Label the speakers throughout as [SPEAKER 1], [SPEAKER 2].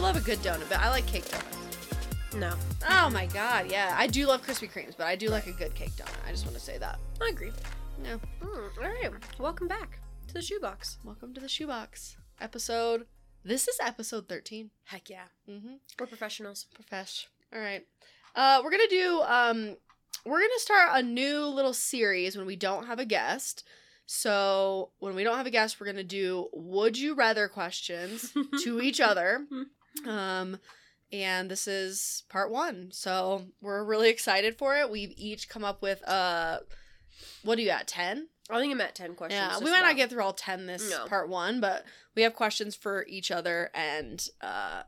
[SPEAKER 1] love a good donut, but I like cake donuts.
[SPEAKER 2] No.
[SPEAKER 1] Oh my god, yeah. I do love Krispy Kremes, but I do like a good cake donut. I just want to say that.
[SPEAKER 2] I agree.
[SPEAKER 1] No.
[SPEAKER 2] Mm, all right. Welcome back to the shoebox.
[SPEAKER 1] Welcome to the Shoebox episode. This is episode 13.
[SPEAKER 2] Heck yeah.
[SPEAKER 1] Mm-hmm.
[SPEAKER 2] We're professionals.
[SPEAKER 1] Profesh. All right. Uh, we're gonna do. Um, we're gonna start a new little series when we don't have a guest. So when we don't have a guest, we're gonna do would you rather questions
[SPEAKER 2] Hmm.
[SPEAKER 1] to each other. Um, and this is part one. So we're really excited for it. We've each come up with uh, what do you got? Ten.
[SPEAKER 2] I think I'm at 10 questions.
[SPEAKER 1] Yeah,
[SPEAKER 2] just
[SPEAKER 1] we might
[SPEAKER 2] about.
[SPEAKER 1] not get through all 10 this
[SPEAKER 2] No.
[SPEAKER 1] part one, but we have questions for each other and uh,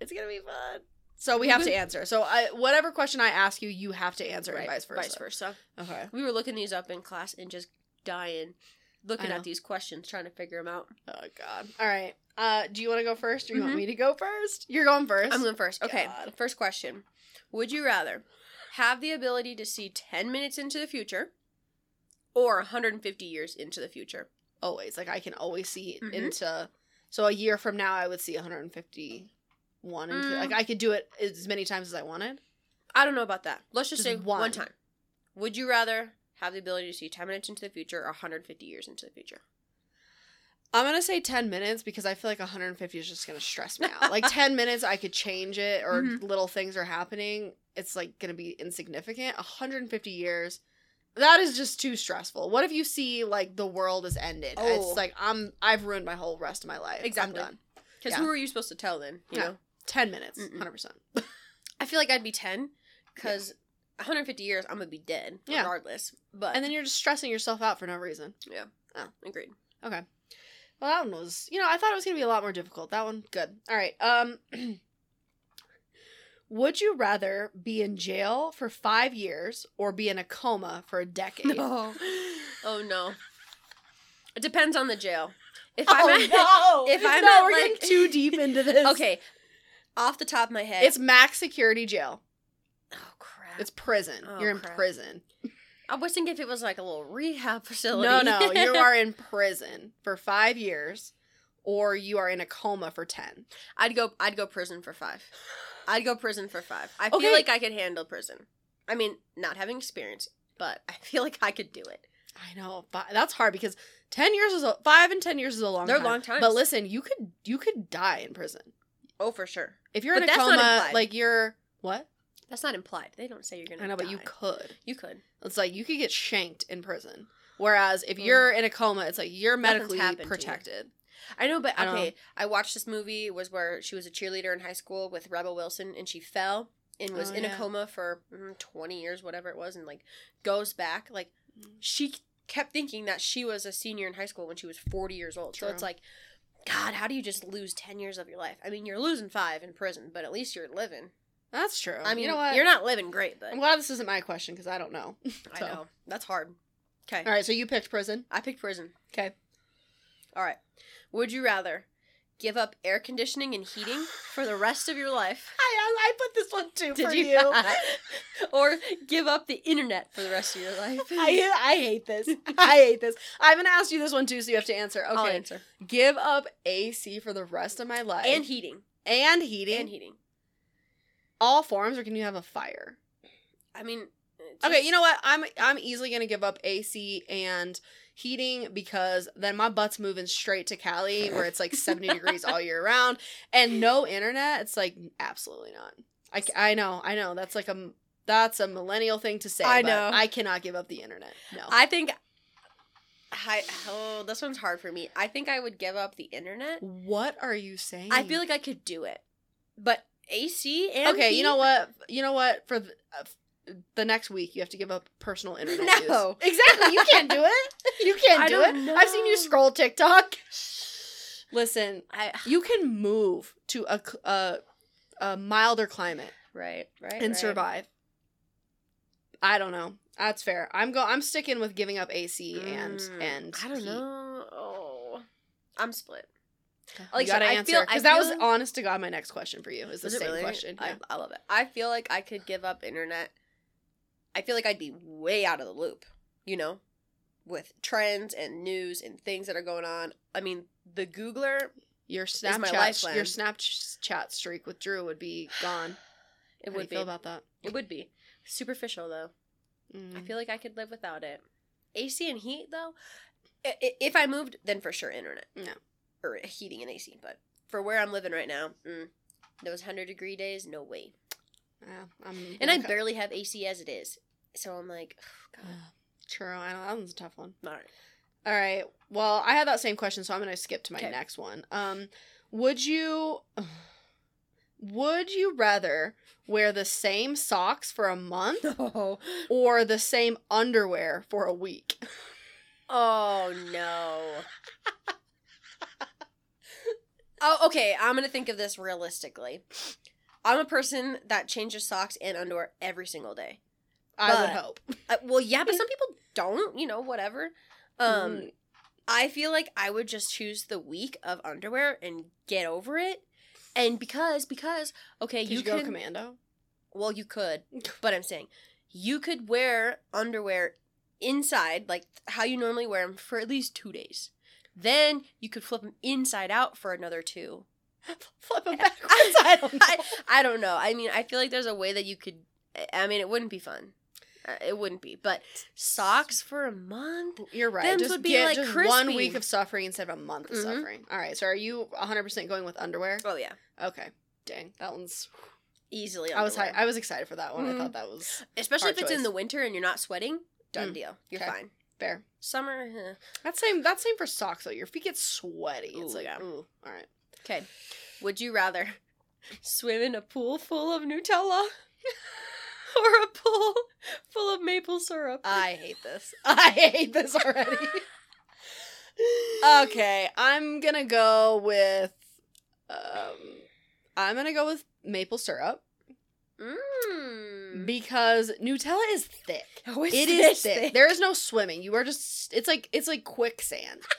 [SPEAKER 1] it's going to be fun. So we have to answer. So I, whatever question I ask you, you have to answer and
[SPEAKER 2] Right,
[SPEAKER 1] vice versa.
[SPEAKER 2] Vice versa.
[SPEAKER 1] Okay.
[SPEAKER 2] We were looking these up in class and just dying, looking
[SPEAKER 1] I know.
[SPEAKER 2] at these questions, trying to figure them out.
[SPEAKER 1] Oh, God. All right. Uh, do you want to go first or you
[SPEAKER 2] Mhm.
[SPEAKER 1] want me to go first? You're going first.
[SPEAKER 2] I'm going first. Okay,
[SPEAKER 1] God.
[SPEAKER 2] first question. Would you rather have the ability to see 10 minutes into the future or 150 years into the future?
[SPEAKER 1] always. Like I can always see
[SPEAKER 2] Mhm.
[SPEAKER 1] into. So a year from now, I would see 151. Into,
[SPEAKER 2] Mm.
[SPEAKER 1] Like I could do it as many times as I wanted.
[SPEAKER 2] I don't know about that. Let's just,
[SPEAKER 1] Just
[SPEAKER 2] say one.
[SPEAKER 1] one.
[SPEAKER 2] time. Would you rather have the ability to see 10 minutes into the future or 150 years into the future?
[SPEAKER 1] I'm gonna say 10 minutes because I feel like 150 is just gonna stress me out. like 10 minutes, I could change it, or
[SPEAKER 2] Mhm.
[SPEAKER 1] little things are happening. It's like gonna be insignificant. 150 years, that is just too stressful. What if you see like the world is ended?
[SPEAKER 2] Oh.
[SPEAKER 1] It's like I'm I've ruined my whole rest of my life.
[SPEAKER 2] Exactly.
[SPEAKER 1] I'm done.
[SPEAKER 2] Because
[SPEAKER 1] Yeah.
[SPEAKER 2] who are you supposed to tell then? You
[SPEAKER 1] Yeah.
[SPEAKER 2] know,
[SPEAKER 1] 10 minutes,
[SPEAKER 2] Mm-mm.
[SPEAKER 1] 100. percent
[SPEAKER 2] I feel like I'd be 10 because 150 years I'm gonna be dead
[SPEAKER 1] Yeah.
[SPEAKER 2] regardless. But
[SPEAKER 1] And then you're just stressing yourself out for no reason.
[SPEAKER 2] agreed.
[SPEAKER 1] Well, that one was, you know, I thought it was going to be a lot more difficult. That one, good. All right. Um, would you rather be in jail for five years or be in a coma for a decade?
[SPEAKER 2] No. oh no. It depends on the jail. If
[SPEAKER 1] Oh,
[SPEAKER 2] I'm at,
[SPEAKER 1] no.
[SPEAKER 2] if I'm
[SPEAKER 1] no,
[SPEAKER 2] at,
[SPEAKER 1] we're getting
[SPEAKER 2] like-
[SPEAKER 1] too deep into this.
[SPEAKER 2] okay, off the top of my head,
[SPEAKER 1] It's max security jail.
[SPEAKER 2] oh crap.
[SPEAKER 1] It's prison.
[SPEAKER 2] Oh,
[SPEAKER 1] you're in
[SPEAKER 2] crap.
[SPEAKER 1] prison.
[SPEAKER 2] I was thinking if it was like a little rehab facility.
[SPEAKER 1] No, no, you are in prison for five years, or you are in a coma for ten.
[SPEAKER 2] I'd go. I'd go prison for five. I'd go prison for five. I feel
[SPEAKER 1] Okay.
[SPEAKER 2] like I could handle prison. I mean, not having experience, but I feel like I could do it.
[SPEAKER 1] I know fi- that's hard because ten years is a, five and ten years is a long.
[SPEAKER 2] They're
[SPEAKER 1] time.
[SPEAKER 2] long times.
[SPEAKER 1] But listen, you could you could die in prison
[SPEAKER 2] Oh, for sure.
[SPEAKER 1] if you're
[SPEAKER 2] But
[SPEAKER 1] in a
[SPEAKER 2] that's not
[SPEAKER 1] coma.
[SPEAKER 2] implied.
[SPEAKER 1] Like you're what?
[SPEAKER 2] That's not implied. They don't say you're gonna.
[SPEAKER 1] I know, but you
[SPEAKER 2] die.
[SPEAKER 1] could.
[SPEAKER 2] You could.
[SPEAKER 1] It's like you could get shanked in prison. Whereas if
[SPEAKER 2] Mm.
[SPEAKER 1] you're in a coma, it's like you're
[SPEAKER 2] Nothing's
[SPEAKER 1] medically
[SPEAKER 2] happened to you.
[SPEAKER 1] protected.
[SPEAKER 2] I know, but
[SPEAKER 1] I don't
[SPEAKER 2] okay. I watched this movie was where she was a cheerleader in high school with Rebel Wilson, and she fell and was
[SPEAKER 1] Oh,
[SPEAKER 2] in a
[SPEAKER 1] yeah.
[SPEAKER 2] coma for mm, twenty years, whatever it was, and like goes back. Like
[SPEAKER 1] Mm.
[SPEAKER 2] she kept thinking that she was a senior in high school when she was forty years old. So
[SPEAKER 1] True.
[SPEAKER 2] it's like, God, how do you just lose ten years of your life? I mean, you're losing five in prison, but at least you're living.
[SPEAKER 1] That's true.
[SPEAKER 2] I mean,
[SPEAKER 1] you know what?
[SPEAKER 2] you're not living great, but
[SPEAKER 1] I'm glad this isn't my question because I don't know.
[SPEAKER 2] I
[SPEAKER 1] so.
[SPEAKER 2] know that's hard. Okay,
[SPEAKER 1] All right, so you picked prison.
[SPEAKER 2] I picked prison.
[SPEAKER 1] Okay.
[SPEAKER 2] All right. Would you rather give up air conditioning and heating for the rest of your life?
[SPEAKER 1] I I put this one too
[SPEAKER 2] Did you? or give up the internet for the rest of your life?
[SPEAKER 1] I I hate this. I hate this. I'm gonna ask you this one too, so you have to answer.
[SPEAKER 2] I'll
[SPEAKER 1] Okay.
[SPEAKER 2] answer.
[SPEAKER 1] Give up AC for the rest of my life
[SPEAKER 2] And heating.
[SPEAKER 1] and heating,
[SPEAKER 2] And heating.
[SPEAKER 1] all forms, or can you have a fire?
[SPEAKER 2] I mean, it's
[SPEAKER 1] Okay,
[SPEAKER 2] just-
[SPEAKER 1] you know what? I'm I'm easily gonna give up AC and heating because then my butt's moving straight to Cali where it's like 70 degrees all year round and no internet. It's like absolutely not. I, ca- I know I know that's like a that's a millennial thing to say.
[SPEAKER 2] I
[SPEAKER 1] but
[SPEAKER 2] know.
[SPEAKER 1] I cannot give up the internet. No.
[SPEAKER 2] I think. I, oh, this one's hard for me. I think I would give up the internet.
[SPEAKER 1] what are you saying?
[SPEAKER 2] I feel like I could do it, but AC and
[SPEAKER 1] okay.
[SPEAKER 2] heat?
[SPEAKER 1] You know what? You know what? For the, uh, f- the next week, you have to give up personal internet. use.
[SPEAKER 2] No.
[SPEAKER 1] exactly. You can't do it. You can't
[SPEAKER 2] I
[SPEAKER 1] do it.
[SPEAKER 2] don't
[SPEAKER 1] I've seen you
[SPEAKER 2] know.
[SPEAKER 1] scroll TikTok. Listen,
[SPEAKER 2] I
[SPEAKER 1] you can move to a cl- a, a milder climate
[SPEAKER 2] right right
[SPEAKER 1] and
[SPEAKER 2] right.
[SPEAKER 1] survive. I don't know. That's fair. I'm go. I'm sticking with giving up AC
[SPEAKER 2] Mm,
[SPEAKER 1] and and
[SPEAKER 2] I don't
[SPEAKER 1] heat.
[SPEAKER 2] know. Oh, I'm split.
[SPEAKER 1] you
[SPEAKER 2] Like, so
[SPEAKER 1] gotta
[SPEAKER 2] I feel-
[SPEAKER 1] answer
[SPEAKER 2] I
[SPEAKER 1] because that was
[SPEAKER 2] feel-
[SPEAKER 1] honest to God my next question for you is the
[SPEAKER 2] Is it
[SPEAKER 1] same
[SPEAKER 2] really?
[SPEAKER 1] question.
[SPEAKER 2] I,
[SPEAKER 1] Yeah.
[SPEAKER 2] I love it. I feel like I could give up internet. I feel like I'd be way out of the loop, you know, with trends and news and things that are going on. I mean, the Googler
[SPEAKER 1] Your
[SPEAKER 2] my
[SPEAKER 1] Snapchat, your
[SPEAKER 2] lifeline.
[SPEAKER 1] Snapchat streak with Drew would be gone.
[SPEAKER 2] It
[SPEAKER 1] How do you
[SPEAKER 2] would be.
[SPEAKER 1] feel about that?
[SPEAKER 2] it would be superficial though. I
[SPEAKER 1] Mm.
[SPEAKER 2] feel like I could live without it. AC and heat though, I- i- if I moved, then for sure internet.
[SPEAKER 1] No.
[SPEAKER 2] or heating and AC. But for where I'm living right now, mm, those hundred degree days, no way.
[SPEAKER 1] Yeah, I'm,
[SPEAKER 2] And I
[SPEAKER 1] okay.
[SPEAKER 2] barely have AC as it is, so I'm like, God.
[SPEAKER 1] Ugh, True. I know that one's a tough one.
[SPEAKER 2] All right.
[SPEAKER 1] All right. Well, I had that same question, so I'm gonna skip to my
[SPEAKER 2] Okay.
[SPEAKER 1] next one. Um, would you would you rather wear the same socks for a month
[SPEAKER 2] No.
[SPEAKER 1] or the same underwear for a week?
[SPEAKER 2] Oh no. oh, okay. I'm gonna think of this realistically. I'm a person that changes socks and underwear every single day.
[SPEAKER 1] I would
[SPEAKER 2] But-
[SPEAKER 1] hope.
[SPEAKER 2] Uh, well, yeah, but some people don't. You know, whatever. Um,
[SPEAKER 1] Mm.
[SPEAKER 2] I feel like I would just choose the week of underwear and get over it. And because because okay,
[SPEAKER 1] Did
[SPEAKER 2] you,
[SPEAKER 1] you, go
[SPEAKER 2] can
[SPEAKER 1] commando?
[SPEAKER 2] well you could, but I'm saying you could wear underwear inside like how you normally wear them for at least 2 days. Then you could flip them inside out for another 2.
[SPEAKER 1] Flip them backwards.
[SPEAKER 2] I
[SPEAKER 1] I
[SPEAKER 2] don't
[SPEAKER 1] don't
[SPEAKER 2] know.
[SPEAKER 1] know.
[SPEAKER 2] I don't know. I mean, I feel like there's a way that you could I mean, it wouldn't be fun. Uh, It wouldn't be. But socks for a month?
[SPEAKER 1] You're right.
[SPEAKER 2] Thems
[SPEAKER 1] just
[SPEAKER 2] would be,
[SPEAKER 1] get
[SPEAKER 2] like,
[SPEAKER 1] just one
[SPEAKER 2] crispy.
[SPEAKER 1] week of suffering instead of a month of
[SPEAKER 2] Mhm.
[SPEAKER 1] suffering. All right. So are you 100 percent going with underwear?
[SPEAKER 2] Oh yeah.
[SPEAKER 1] Okay. Dang, that one's.
[SPEAKER 2] Easily.
[SPEAKER 1] I was high,
[SPEAKER 2] underwear.
[SPEAKER 1] I was excited for that one.
[SPEAKER 2] Mhm.
[SPEAKER 1] I thought that was
[SPEAKER 2] especially
[SPEAKER 1] Hard
[SPEAKER 2] if it's in
[SPEAKER 1] choice.
[SPEAKER 2] the winter and you're not sweating done
[SPEAKER 1] Mm,
[SPEAKER 2] deal you're
[SPEAKER 1] okay.
[SPEAKER 2] fine
[SPEAKER 1] fair.
[SPEAKER 2] summer huh.
[SPEAKER 1] That same that same for socks though. Your feet get sweaty. It's
[SPEAKER 2] Ooh,
[SPEAKER 1] like
[SPEAKER 2] yeah.
[SPEAKER 1] ooh, all right.
[SPEAKER 2] okay would you rather swim in a pool full of nutella or a pool full of maple syrup
[SPEAKER 1] I hate this. I hate this already. okay, I'm gonna go with um I'm gonna go with maple syrup Mm-hmm.
[SPEAKER 2] mm.
[SPEAKER 1] because Nutella is thick.
[SPEAKER 2] Oh, it's
[SPEAKER 1] It is
[SPEAKER 2] this
[SPEAKER 1] thick. There is no swimming. You are just it's like it's like quicksand.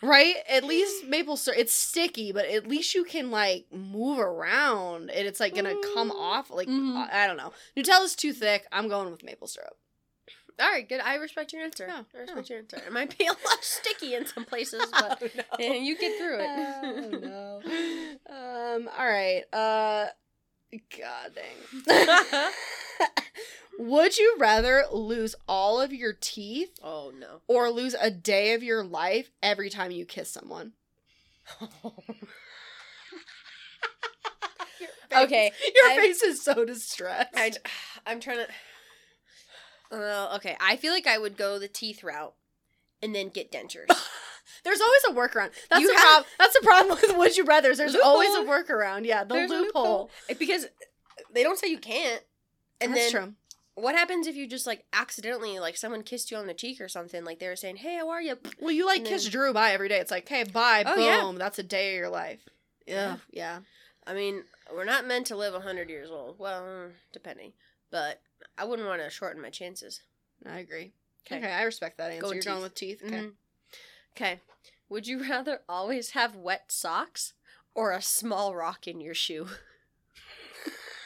[SPEAKER 1] Right? At least maple syrup it's sticky, but at least you can like move around and it's like gonna come
[SPEAKER 2] Mm.
[SPEAKER 1] off like
[SPEAKER 2] Mhm.
[SPEAKER 1] I, I don't know. Nutella's too thick. I'm going with maple syrup.
[SPEAKER 2] all right good i respect your answer
[SPEAKER 1] Yeah,
[SPEAKER 2] i respect your answer it might be a lot sticky in some places but eh, you get through it
[SPEAKER 1] Oh, no. um, all right. Uh, God dang. Would you rather lose all of your teeth
[SPEAKER 2] oh no
[SPEAKER 1] or lose a day of your life every time you kiss someone?
[SPEAKER 2] okay
[SPEAKER 1] Your
[SPEAKER 2] I'm-
[SPEAKER 1] face is so distressed.
[SPEAKER 2] I, am trying to. Oh, okay. I feel like I would go the teeth route, and then get dentures.
[SPEAKER 1] There's always a workaround. That's
[SPEAKER 2] You
[SPEAKER 1] the
[SPEAKER 2] have-
[SPEAKER 1] problem. That's the problem with Would You Rather's. There's
[SPEAKER 2] Loophole.
[SPEAKER 1] always a workaround. Yeah, the
[SPEAKER 2] There's a
[SPEAKER 1] loophole.
[SPEAKER 2] because they don't say you can't. And
[SPEAKER 1] That's
[SPEAKER 2] then
[SPEAKER 1] true.
[SPEAKER 2] what happens if you just like accidentally like someone kissed you on the cheek or something? Like they were saying, "Hey, how are you?"
[SPEAKER 1] Well, you like
[SPEAKER 2] And
[SPEAKER 1] kiss
[SPEAKER 2] then-
[SPEAKER 1] Drew bye every day. It's like, hey, bye,
[SPEAKER 2] Oh,
[SPEAKER 1] boom.
[SPEAKER 2] yeah.
[SPEAKER 1] That's a day of your life. Yeah,
[SPEAKER 2] Yeah.
[SPEAKER 1] yeah.
[SPEAKER 2] I mean, we're not meant to live hundred years old. Well, mm, depending, but I wouldn't want to shorten my chances.
[SPEAKER 1] I agree.
[SPEAKER 2] 'Kay.
[SPEAKER 1] Okay, I respect that answer.
[SPEAKER 2] Go
[SPEAKER 1] You're
[SPEAKER 2] teeth.
[SPEAKER 1] going with teeth. Okay.
[SPEAKER 2] Mhm. Okay. Would you rather always have wet socks or a small rock in your shoe?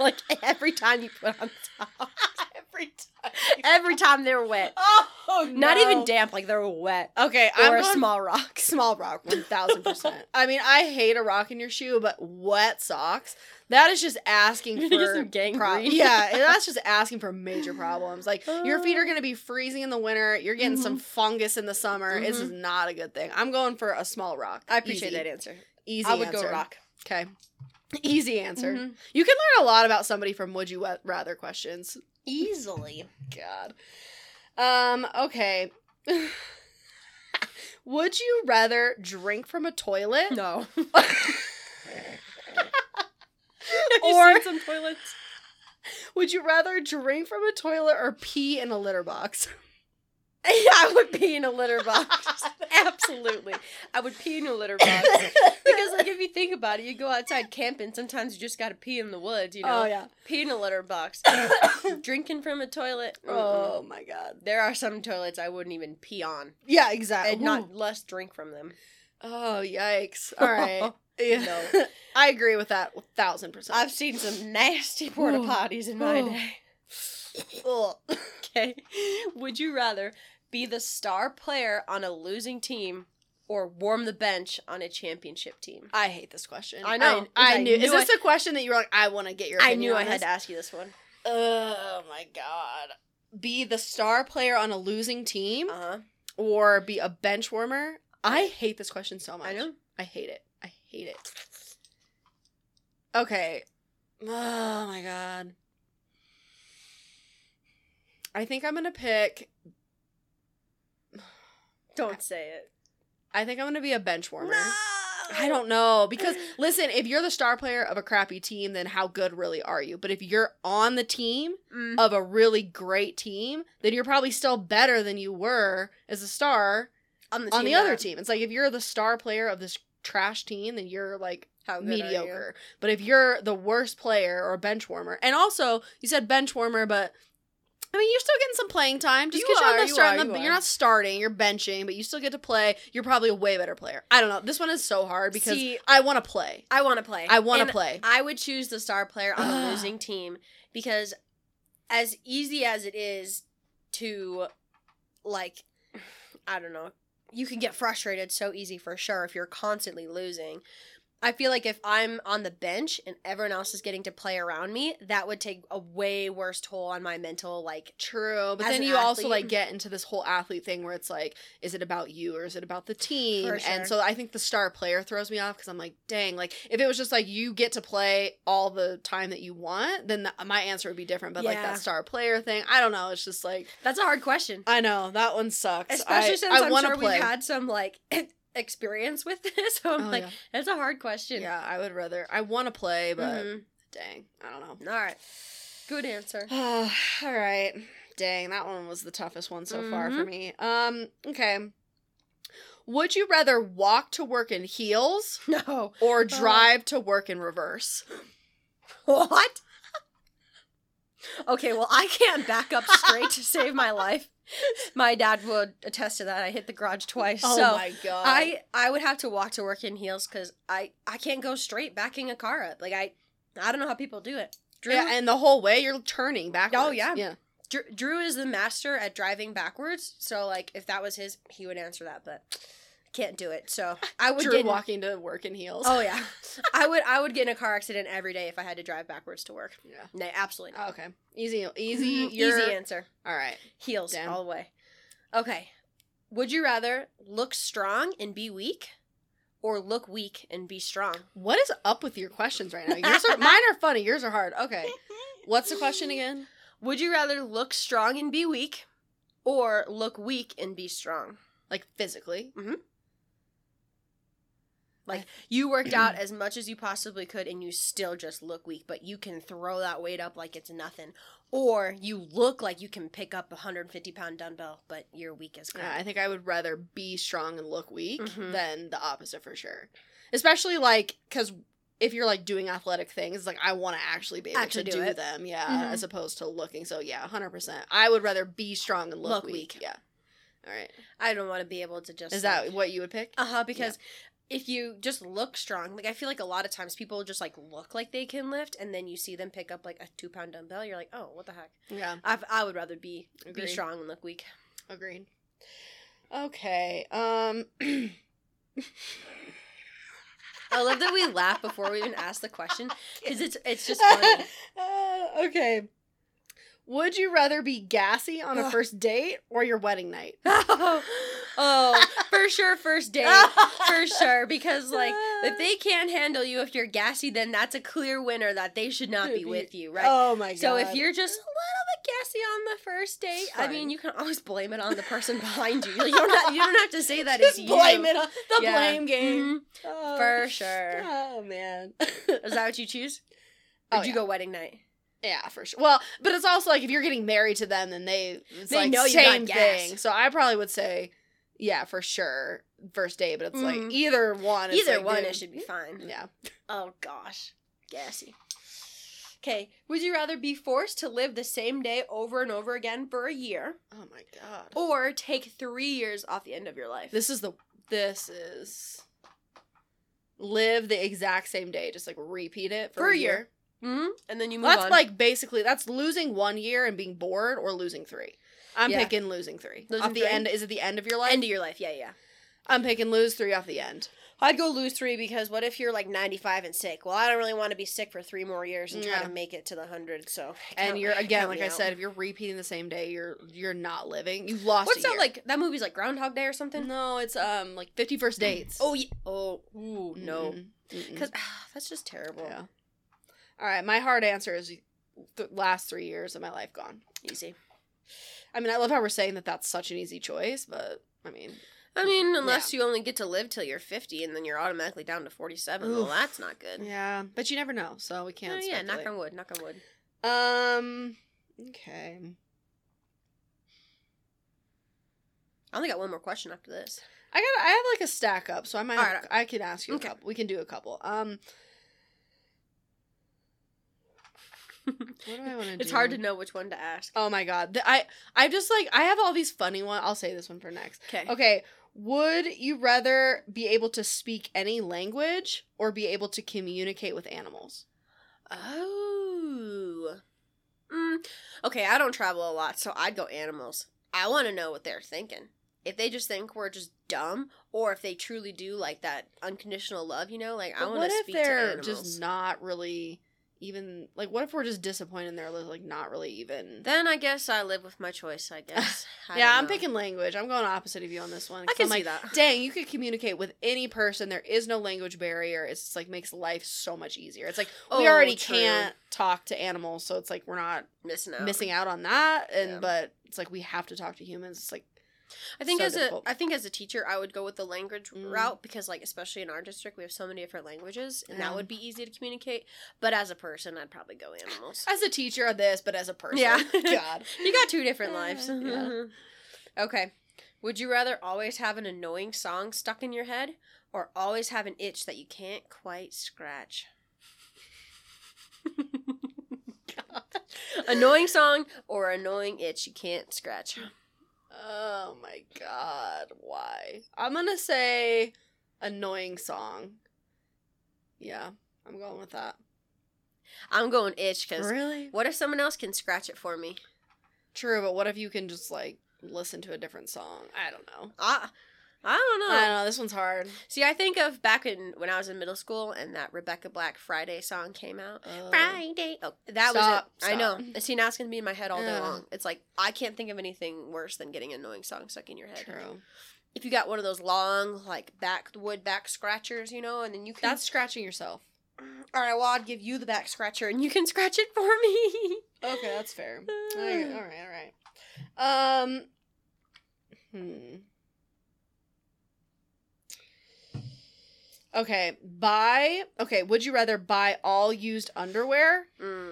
[SPEAKER 2] like every time you put on socks.
[SPEAKER 1] Every time.
[SPEAKER 2] Every time they're wet.
[SPEAKER 1] Oh,
[SPEAKER 2] Not even damp, like they're wet.
[SPEAKER 1] Okay,
[SPEAKER 2] Or
[SPEAKER 1] Uh, I'm
[SPEAKER 2] a
[SPEAKER 1] going
[SPEAKER 2] small rock.
[SPEAKER 1] small rock, one thousand percent. I mean, I hate a rock in your shoe, but wet socks. That is just asking
[SPEAKER 2] You're gonna get
[SPEAKER 1] for.
[SPEAKER 2] some gangrene.
[SPEAKER 1] Pro- yeah, and that's just asking for major problems. Like your feet
[SPEAKER 2] Uh.
[SPEAKER 1] are gonna be freezing in the winter. You're getting some
[SPEAKER 2] Mm-hmm.
[SPEAKER 1] fungus in the summer. This is not a good thing. I'm going for a small rock.
[SPEAKER 2] I appreciate
[SPEAKER 1] Easy.
[SPEAKER 2] that answer.
[SPEAKER 1] Easy.
[SPEAKER 2] I would
[SPEAKER 1] answer.
[SPEAKER 2] go rock.
[SPEAKER 1] Okay. Easy answer.
[SPEAKER 2] Mhm.
[SPEAKER 1] You can learn a lot about somebody from Would You Wa- Rather questions.
[SPEAKER 2] Easily.
[SPEAKER 1] God. Um, okay. Would you rather drink from a toilet?
[SPEAKER 2] No.
[SPEAKER 1] Or-
[SPEAKER 2] or some toilets.
[SPEAKER 1] Would you rather drink from a toilet or pee in a litter box?
[SPEAKER 2] I would pee in a litter box. Absolutely. I would pee in a litter box. because like if you think about it, you go outside camping. Sometimes you just gotta pee in the woods, you know.
[SPEAKER 1] Oh yeah.
[SPEAKER 2] Pee in a litter box. Drinking from a toilet. mm-mm.
[SPEAKER 1] Oh my god.
[SPEAKER 2] There are some toilets I wouldn't even pee on,
[SPEAKER 1] Yeah, exactly.
[SPEAKER 2] and not less drink from them.
[SPEAKER 1] Oh yikes. All right. Yeah.
[SPEAKER 2] No.
[SPEAKER 1] I agree with that a thousand percent.
[SPEAKER 2] I've seen some nasty porta
[SPEAKER 1] Ooh.
[SPEAKER 2] potties in my
[SPEAKER 1] Ooh.
[SPEAKER 2] day. Okay, would you rather be the star player on a losing team or warm the bench on a championship team?
[SPEAKER 1] I hate this question.
[SPEAKER 2] I know.
[SPEAKER 1] I,
[SPEAKER 2] I
[SPEAKER 1] knew.
[SPEAKER 2] knew
[SPEAKER 1] Is this a question that you were like, I want to get your
[SPEAKER 2] I
[SPEAKER 1] opinion
[SPEAKER 2] knew
[SPEAKER 1] on
[SPEAKER 2] I had
[SPEAKER 1] this?
[SPEAKER 2] to ask you this one.
[SPEAKER 1] Oh my god. Be the star player on a losing team
[SPEAKER 2] Uh huh.
[SPEAKER 1] or be a bench warmer? I hate this question so much.
[SPEAKER 2] I know.
[SPEAKER 1] I hate it. I hate it. Okay. Oh my god. I think I'm going to pick
[SPEAKER 2] Don't say it.
[SPEAKER 1] I think I'm going to be a bench warmer. I
[SPEAKER 2] I
[SPEAKER 1] don't know because listen, if you're the star player of a crappy team, then how good really are you? But if you're on the team
[SPEAKER 2] Mm.
[SPEAKER 1] of a really great team, then you're probably still better than you were as a star
[SPEAKER 2] on the,
[SPEAKER 1] on the
[SPEAKER 2] that-
[SPEAKER 1] other team. It's like if you're the star player of this trash team, then you're like
[SPEAKER 2] How good are you?
[SPEAKER 1] mediocre. But if you're the worst player or bench warmer, and also you said bench warmer, but I mean you're still getting some playing time. Just
[SPEAKER 2] You
[SPEAKER 1] because you're
[SPEAKER 2] are,
[SPEAKER 1] on the
[SPEAKER 2] you
[SPEAKER 1] start,
[SPEAKER 2] are,
[SPEAKER 1] on the-
[SPEAKER 2] you
[SPEAKER 1] you're
[SPEAKER 2] are.
[SPEAKER 1] not starting, you're benching, but you still get to play. You're probably a way better player. I don't know. This one is so hard because
[SPEAKER 2] See,
[SPEAKER 1] I want to play.
[SPEAKER 2] I want to play.
[SPEAKER 1] I want
[SPEAKER 2] And
[SPEAKER 1] to play.
[SPEAKER 2] I would choose the star player on a
[SPEAKER 1] Ugh.
[SPEAKER 2] losing team because as easy as it is to like I don't know, you can get frustrated so easy for sure if you're constantly losing. I feel like if I'm on the bench and everyone else is getting to play around me, that would take a way worse toll on my mental like
[SPEAKER 1] True, but
[SPEAKER 2] As
[SPEAKER 1] then
[SPEAKER 2] an
[SPEAKER 1] you also
[SPEAKER 2] athlete-
[SPEAKER 1] like get into this whole athlete thing where it's like, is it about you or is it about the team?
[SPEAKER 2] For
[SPEAKER 1] And
[SPEAKER 2] sure.
[SPEAKER 1] so I think the star player throws me off because I'm like, dang, like if it was just like you get to play all the time that you want, then th- my answer would be different. But like
[SPEAKER 2] Yeah.
[SPEAKER 1] that star player thing, I don't know. It's just like
[SPEAKER 2] That's a hard question.
[SPEAKER 1] I know that one sucks.
[SPEAKER 2] Especially
[SPEAKER 1] I,
[SPEAKER 2] since
[SPEAKER 1] I
[SPEAKER 2] I am
[SPEAKER 1] wanna
[SPEAKER 2] sure
[SPEAKER 1] play.
[SPEAKER 2] we've had some like experience with this. So I'm
[SPEAKER 1] Oh,
[SPEAKER 2] like,
[SPEAKER 1] yeah.
[SPEAKER 2] that's a hard question.
[SPEAKER 1] yeah, I would rather. I want to play, but
[SPEAKER 2] Mhm.
[SPEAKER 1] dang, I don't know.
[SPEAKER 2] All right. Good answer.
[SPEAKER 1] all right. Dang, that one was the toughest one so far
[SPEAKER 2] Mm-hmm.
[SPEAKER 1] for me. Um, okay. Would you rather walk to work in heels
[SPEAKER 2] No.
[SPEAKER 1] or drive to work in reverse?
[SPEAKER 2] What? okay, well, I can't back up straight to save my life. My dad would attest to that. I hit the garage twice. so
[SPEAKER 1] Oh my god. I
[SPEAKER 2] I I would have to walk to work in heels cuz I I can't go straight backing a car up. Like I I don't know how people do it. Drew Oh,
[SPEAKER 1] yeah, and the whole way you're turning backwards.
[SPEAKER 2] yeah.
[SPEAKER 1] Yeah.
[SPEAKER 2] Drew, Drew is the master at driving backwards, so like if that was his, he would answer that, but can't do it. So I would
[SPEAKER 1] Drew
[SPEAKER 2] get in-
[SPEAKER 1] walking to work in heels.
[SPEAKER 2] Oh yeah, I would I would get in a car accident every day if I had to drive backwards to work.
[SPEAKER 1] Yeah. Oh,
[SPEAKER 2] No, absolutely not.
[SPEAKER 1] Okay. Easy easy
[SPEAKER 2] Mhm.
[SPEAKER 1] you're,
[SPEAKER 2] easy answer.
[SPEAKER 1] All right.
[SPEAKER 2] Heels
[SPEAKER 1] Damn.
[SPEAKER 2] all the way. Okay. Would you rather look strong and be weak, or look weak and be strong?
[SPEAKER 1] What is up with your questions right now? Yours are mine are funny, yours are hard. Okay. What's the question again?
[SPEAKER 2] Would you rather look strong and be weak, or look weak and be strong?
[SPEAKER 1] Like physically.
[SPEAKER 2] Like you worked out as much as you possibly could and you still just look weak, but you can throw that weight up like it's nothing. Or you look like you can pick up a 150 pound dumbbell, but you're weak as crap.
[SPEAKER 1] Yeah, I think I would rather be strong and look weak
[SPEAKER 2] Mhm.
[SPEAKER 1] than the opposite for sure. Especially like because if you're like doing athletic things, like I want to actually be able
[SPEAKER 2] Actually
[SPEAKER 1] to
[SPEAKER 2] do
[SPEAKER 1] do,
[SPEAKER 2] it.
[SPEAKER 1] them, yeah,
[SPEAKER 2] Mhm.
[SPEAKER 1] as opposed to looking. So yeah, hundred percent. I would rather be strong and look,
[SPEAKER 2] Look
[SPEAKER 1] weak.
[SPEAKER 2] weak.
[SPEAKER 1] Yeah. All right.
[SPEAKER 2] I don't want to be able to just.
[SPEAKER 1] Is that what you would pick?
[SPEAKER 2] Uh huh. Because if you just look strong, like I feel like a lot of times people just like look like they can lift, and then you see them pick up like a two pound dumbbell, you're like, oh, what the heck?
[SPEAKER 1] yeah.
[SPEAKER 2] I've, I would rather be
[SPEAKER 1] Agree.
[SPEAKER 2] be strong and look weak.
[SPEAKER 1] Agreed. Okay. Um.
[SPEAKER 2] I love that we laugh before we even ask the question because it's it's just funny.
[SPEAKER 1] Uh, okay. Would you rather be gassy on a
[SPEAKER 2] Ugh.
[SPEAKER 1] first date or your wedding night?
[SPEAKER 2] oh, for sure, first date. For sure, because like if they can't handle you if you're gassy, then that's a clear winner that they should not be
[SPEAKER 1] If
[SPEAKER 2] with you, right?
[SPEAKER 1] Oh my god.
[SPEAKER 2] so if you're just a little bit gassy on the first date, I mean,
[SPEAKER 1] Fine.
[SPEAKER 2] you can always blame it on the person behind you. Like, you don't have, you don't have to say that it's you.
[SPEAKER 1] it on the
[SPEAKER 2] Yeah. Mhm.
[SPEAKER 1] Oh,
[SPEAKER 2] for sure.
[SPEAKER 1] Oh man.
[SPEAKER 2] Is that what you choose?
[SPEAKER 1] Oh,
[SPEAKER 2] Or would you
[SPEAKER 1] yeah.
[SPEAKER 2] go wedding night?
[SPEAKER 1] yeah, for sure. Well, but it's also like if you're getting married to them, then they it's
[SPEAKER 2] They
[SPEAKER 1] like
[SPEAKER 2] know you got
[SPEAKER 1] same
[SPEAKER 2] gas.
[SPEAKER 1] thing. So I probably would say, yeah, for sure, first date. But it's like
[SPEAKER 2] Mhm.
[SPEAKER 1] either one. It's
[SPEAKER 2] Either
[SPEAKER 1] like,
[SPEAKER 2] one,
[SPEAKER 1] dude,
[SPEAKER 2] it should be fine.
[SPEAKER 1] Yeah.
[SPEAKER 2] Oh gosh, gassy. Okay, would you rather be forced to live the same day over and over again for a year,
[SPEAKER 1] Oh my god.
[SPEAKER 2] or take three years off the end of your life?
[SPEAKER 1] This is the this is live the exact same day, just like repeat it for, a year.
[SPEAKER 2] hmm and then you move
[SPEAKER 1] That's
[SPEAKER 2] on.
[SPEAKER 1] like basically that's losing one year and being bored or losing three. I'm
[SPEAKER 2] Yeah.
[SPEAKER 1] picking losing three.
[SPEAKER 2] Losing
[SPEAKER 1] Off the
[SPEAKER 2] three?
[SPEAKER 1] end is it the end of your life?
[SPEAKER 2] end of your life. Yeah, yeah.
[SPEAKER 1] I'm picking lose three off the end.
[SPEAKER 2] I'd go lose three because what if you're like 95 and sick? Well, I don't really want to be sick for three more years and try
[SPEAKER 1] Yeah.
[SPEAKER 2] to make it to the 100. So,
[SPEAKER 1] And
[SPEAKER 2] count-
[SPEAKER 1] you're again,
[SPEAKER 2] count
[SPEAKER 1] like
[SPEAKER 2] me
[SPEAKER 1] I
[SPEAKER 2] out.
[SPEAKER 1] said, if you're repeating the same day, you're you're not living. You lost.
[SPEAKER 2] what's
[SPEAKER 1] a
[SPEAKER 2] that
[SPEAKER 1] year.
[SPEAKER 2] like? That movie's like Groundhog Day or something.
[SPEAKER 1] No, it's um like fifty first dates.
[SPEAKER 2] Mm-hmm. Oh yeah. Oh ooh, no,
[SPEAKER 1] Mm-mm. Mm-mm.
[SPEAKER 2] because that's just terrible.
[SPEAKER 1] yeah. All right, my hard answer is the last three years of my life gone.
[SPEAKER 2] Easy.
[SPEAKER 1] I mean, I love how we're saying that that's such an easy choice, but I mean,
[SPEAKER 2] I mean, unless you only get to live till you're 50, and then you're automatically down to 47. Well,
[SPEAKER 1] Oof.
[SPEAKER 2] that's not good.
[SPEAKER 1] yeah, but you never know, so we
[SPEAKER 2] Oh,
[SPEAKER 1] can't.
[SPEAKER 2] yeah, knock
[SPEAKER 1] speculate.
[SPEAKER 2] on wood. Knock on wood.
[SPEAKER 1] Um. Okay.
[SPEAKER 2] I only got one more question after this.
[SPEAKER 1] I got. I have like a stack up, so I might.
[SPEAKER 2] All
[SPEAKER 1] have-
[SPEAKER 2] right.
[SPEAKER 1] I can ask you
[SPEAKER 2] Okay.
[SPEAKER 1] a couple. We can do a couple. Um. What do I want to do?
[SPEAKER 2] It's hard to know which one to ask.
[SPEAKER 1] Oh my god. The- I I just like I have all these funny ones. I'll say this one for next.
[SPEAKER 2] Okay.
[SPEAKER 1] Okay. Would you rather be able to speak any language or be able to communicate with animals?
[SPEAKER 2] Oh. Mm. Okay, I don't travel a lot, so I'd go animals. I want to know what they're thinking. If they just think we're just dumb, or if they truly do like that unconditional love, you know, like I
[SPEAKER 1] But
[SPEAKER 2] want to speak to animals.
[SPEAKER 1] just not really even like what if we're just disappointed and they're like not really even
[SPEAKER 2] Then I guess I live with my choice. I guess. I
[SPEAKER 1] Yeah,
[SPEAKER 2] don't
[SPEAKER 1] I'm
[SPEAKER 2] know.
[SPEAKER 1] picking language. I'm going opposite of you on this one.
[SPEAKER 2] I
[SPEAKER 1] 'cause
[SPEAKER 2] can
[SPEAKER 1] I'm
[SPEAKER 2] see
[SPEAKER 1] like,
[SPEAKER 2] that.
[SPEAKER 1] Dang, you could communicate with any person. There is no language barrier. It's just, like makes life so much easier. It's like we
[SPEAKER 2] Oh,
[SPEAKER 1] already
[SPEAKER 2] true.
[SPEAKER 1] can't talk to animals, so it's like we're not
[SPEAKER 2] missing out.
[SPEAKER 1] missing out on that and
[SPEAKER 2] Yeah.
[SPEAKER 1] but it's like we have to talk to humans it's like
[SPEAKER 2] I think
[SPEAKER 1] so
[SPEAKER 2] as
[SPEAKER 1] difficult.
[SPEAKER 2] a I think as a teacher, I would go with the language
[SPEAKER 1] Mm.
[SPEAKER 2] route because like especially in our district, we have so many different languages, and
[SPEAKER 1] Yeah.
[SPEAKER 2] that would be easy to communicate. But as a person, I'd probably go animals.
[SPEAKER 1] as a teacher of this but as a person
[SPEAKER 2] Yeah.
[SPEAKER 1] god
[SPEAKER 2] You got two different lives.
[SPEAKER 1] Yeah.
[SPEAKER 2] okay. Would you rather always have an annoying song stuck in your head or always have an itch that you can't quite scratch? annoying song or annoying itch you can't scratch?
[SPEAKER 1] oh my god why i'm gonna say annoying song yeah i'm going with that
[SPEAKER 2] I'm going itch because
[SPEAKER 1] really
[SPEAKER 2] what if someone else can scratch it for me?
[SPEAKER 1] true but what if you can just like listen to a different song i don't know
[SPEAKER 2] I, I don't know.
[SPEAKER 1] i don't know this one's hard
[SPEAKER 2] See, I think of back in when I was in middle school and that Rebecca Black Friday song came out.
[SPEAKER 1] Oh.
[SPEAKER 2] Friday. Oh, that
[SPEAKER 1] Stop,
[SPEAKER 2] was it. I know.
[SPEAKER 1] stop. Uh.
[SPEAKER 2] And See, now it's gonna be in my head all day
[SPEAKER 1] Ugh.
[SPEAKER 2] long. It's like I can't think of anything worse than getting an annoying song stuck in your head.
[SPEAKER 1] true
[SPEAKER 2] If you got one of those long, like back wood back scratchers, you know, and then you can.
[SPEAKER 1] that's scratching yourself
[SPEAKER 2] all right. Well, I'd give you the back scratcher, and you can scratch it for me.
[SPEAKER 1] Okay, that's fair. I- all right, all right. Um, hmm. Okay, buy. Okay, would you rather buy all used underwear
[SPEAKER 2] Mm.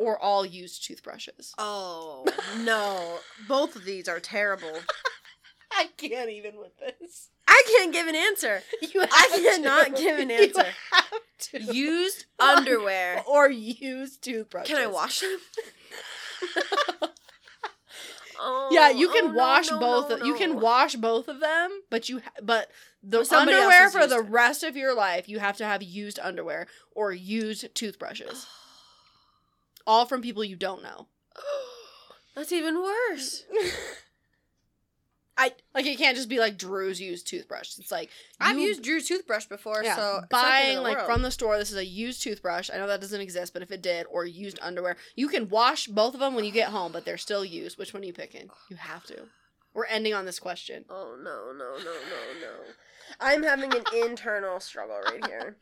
[SPEAKER 1] or all used toothbrushes?
[SPEAKER 2] Oh no! Both of these are terrible.
[SPEAKER 1] I can't even with this.
[SPEAKER 2] I can't give an answer.
[SPEAKER 1] You
[SPEAKER 2] I cannot give an answer.
[SPEAKER 1] You have to.
[SPEAKER 2] Used underwear.
[SPEAKER 1] or used toothbrushes.
[SPEAKER 2] Can I wash them? Oh,
[SPEAKER 1] Yeah, you
[SPEAKER 2] oh,
[SPEAKER 1] can
[SPEAKER 2] no,
[SPEAKER 1] wash
[SPEAKER 2] no,
[SPEAKER 1] both.
[SPEAKER 2] no,
[SPEAKER 1] of, You can
[SPEAKER 2] no.
[SPEAKER 1] wash both of them, but you ha- but the
[SPEAKER 2] But somebody else
[SPEAKER 1] underwear
[SPEAKER 2] has
[SPEAKER 1] for the
[SPEAKER 2] used it.
[SPEAKER 1] rest of your life, you have to have used underwear or used toothbrushes, all from people you don't know.
[SPEAKER 2] That's even worse.
[SPEAKER 1] I like it can't just be like Drew's used toothbrush. It's like
[SPEAKER 2] I've
[SPEAKER 1] you-
[SPEAKER 2] used Drew's toothbrush before,
[SPEAKER 1] yeah,
[SPEAKER 2] so
[SPEAKER 1] buying like from the store. This is a used toothbrush. I know that doesn't exist, but if it did, or used underwear, you can wash both of them when you get home, but they're still used. Which one are you picking? You have to. We're ending on this question.
[SPEAKER 2] Oh no no no no no! I'm having an internal struggle right here.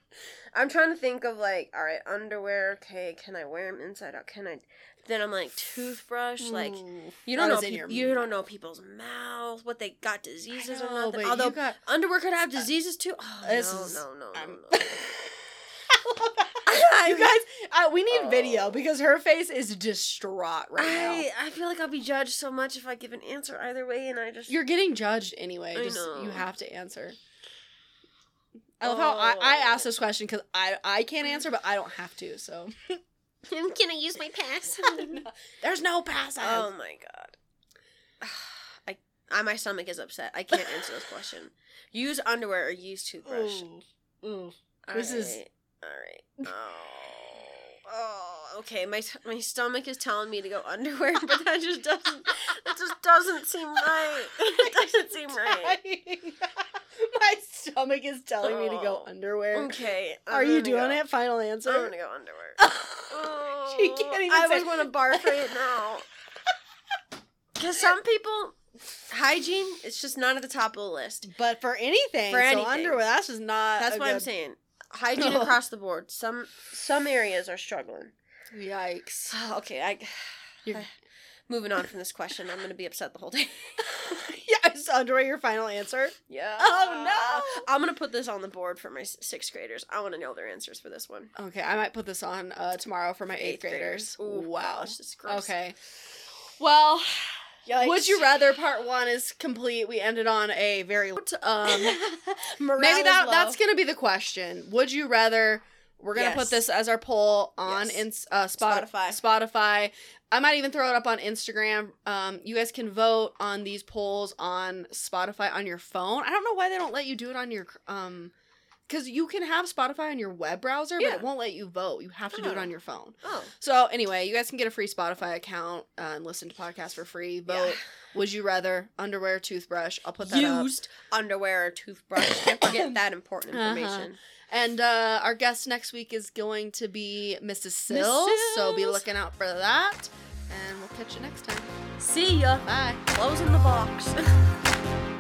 [SPEAKER 2] I'm trying to think of like, all right, underwear. Okay, can I wear them inside out? Can I? Then I'm like toothbrush. Like
[SPEAKER 1] Ooh.
[SPEAKER 2] you
[SPEAKER 1] Mm, I
[SPEAKER 2] don't know
[SPEAKER 1] was in
[SPEAKER 2] peop-
[SPEAKER 1] your
[SPEAKER 2] you don't know people's mouths, what they got diseases
[SPEAKER 1] I
[SPEAKER 2] or
[SPEAKER 1] know,
[SPEAKER 2] nothing.
[SPEAKER 1] but you
[SPEAKER 2] Although
[SPEAKER 1] got-
[SPEAKER 2] underwear could have diseases too. Oh
[SPEAKER 1] This
[SPEAKER 2] no,
[SPEAKER 1] is-
[SPEAKER 2] no no no
[SPEAKER 1] I'm-
[SPEAKER 2] no! I
[SPEAKER 1] you guys, uh, we need video
[SPEAKER 2] Oh.
[SPEAKER 1] because her face is distraught right now.
[SPEAKER 2] I I feel like I'll be judged so much if I give an answer either way, and I just
[SPEAKER 1] You're getting judged anyway.
[SPEAKER 2] I
[SPEAKER 1] Just you
[SPEAKER 2] know.
[SPEAKER 1] have to answer. I love how I, I
[SPEAKER 2] Oh.
[SPEAKER 1] asked this question because I I can't answer, but I don't have to. So
[SPEAKER 2] can I use my pass?
[SPEAKER 1] there's no pass.
[SPEAKER 2] oh my god! I, I my stomach is upset. I can't answer this question. Use underwear or use toothbrush.
[SPEAKER 1] Ooh, ooh.
[SPEAKER 2] All
[SPEAKER 1] This is-
[SPEAKER 2] right, all right. Oh. Oh, okay. My t- my stomach is telling me to go underwear, but that just doesn't that just doesn't seem right. It doesn't seem right.
[SPEAKER 1] Dying. My stomach is telling me to go
[SPEAKER 2] Oh.
[SPEAKER 1] underwear.
[SPEAKER 2] Okay.
[SPEAKER 1] Are you doing it? Final answer.
[SPEAKER 2] I'm gonna go underwear. Oh,
[SPEAKER 1] she can't even
[SPEAKER 2] I
[SPEAKER 1] say-
[SPEAKER 2] always want to barf right now. Because some people, hygiene, it's just not at the top of the list.
[SPEAKER 1] But for anything,
[SPEAKER 2] For anything.
[SPEAKER 1] so underwear. That's just not.
[SPEAKER 2] That's
[SPEAKER 1] a
[SPEAKER 2] what
[SPEAKER 1] Uh,
[SPEAKER 2] I'm
[SPEAKER 1] oh, good-
[SPEAKER 2] saying. Hygiene across the board. Some some areas are struggling.
[SPEAKER 1] Yikes.
[SPEAKER 2] Okay, I.
[SPEAKER 1] You're-
[SPEAKER 2] Moving on from this question, I'm gonna be upset the whole day.
[SPEAKER 1] yeah, is underwear your final answer?
[SPEAKER 2] Yeah.
[SPEAKER 1] Oh, no.
[SPEAKER 2] I'm gonna put this on the board for my s- sixth graders. I want to know their answers for this one.
[SPEAKER 1] Okay, I might put this on uh, tomorrow for my eighth, graders.
[SPEAKER 2] Ooh,
[SPEAKER 1] wow.
[SPEAKER 2] gosh, this is gross.
[SPEAKER 1] Okay. Well,
[SPEAKER 2] Yikes.
[SPEAKER 1] would you rather part one is complete? We ended on a very um. maybe
[SPEAKER 2] Morale is
[SPEAKER 1] that
[SPEAKER 2] low.
[SPEAKER 1] that's gonna be the question. Would you rather? We're gonna put
[SPEAKER 2] Yes.
[SPEAKER 1] this as our poll on
[SPEAKER 2] Yes.
[SPEAKER 1] in, uh, Spot-
[SPEAKER 2] Spotify.
[SPEAKER 1] Spotify. I might even throw it up on Instagram. Um, you guys can vote on these polls on Spotify on your phone. I don't know why they don't let you do it on your um, because you can have Spotify on your web browser,
[SPEAKER 2] Yeah.
[SPEAKER 1] but it won't let you vote. You have to do it
[SPEAKER 2] Oh.
[SPEAKER 1] on your phone.
[SPEAKER 2] Oh,
[SPEAKER 1] So anyway, you guys can get a free Spotify account uh, and listen to podcasts for free. Vote.
[SPEAKER 2] yeah.
[SPEAKER 1] Would you rather underwear, toothbrush? I'll put that up.
[SPEAKER 2] used underwear or toothbrush. Can't forget that important
[SPEAKER 1] Uh-huh.
[SPEAKER 2] information.
[SPEAKER 1] And uh, our guest next week is going to be Mrs. Sills, so be
[SPEAKER 2] Sills.
[SPEAKER 1] looking out for that. And we'll catch you next time.
[SPEAKER 2] See ya.
[SPEAKER 1] Bye.
[SPEAKER 2] Closing the box.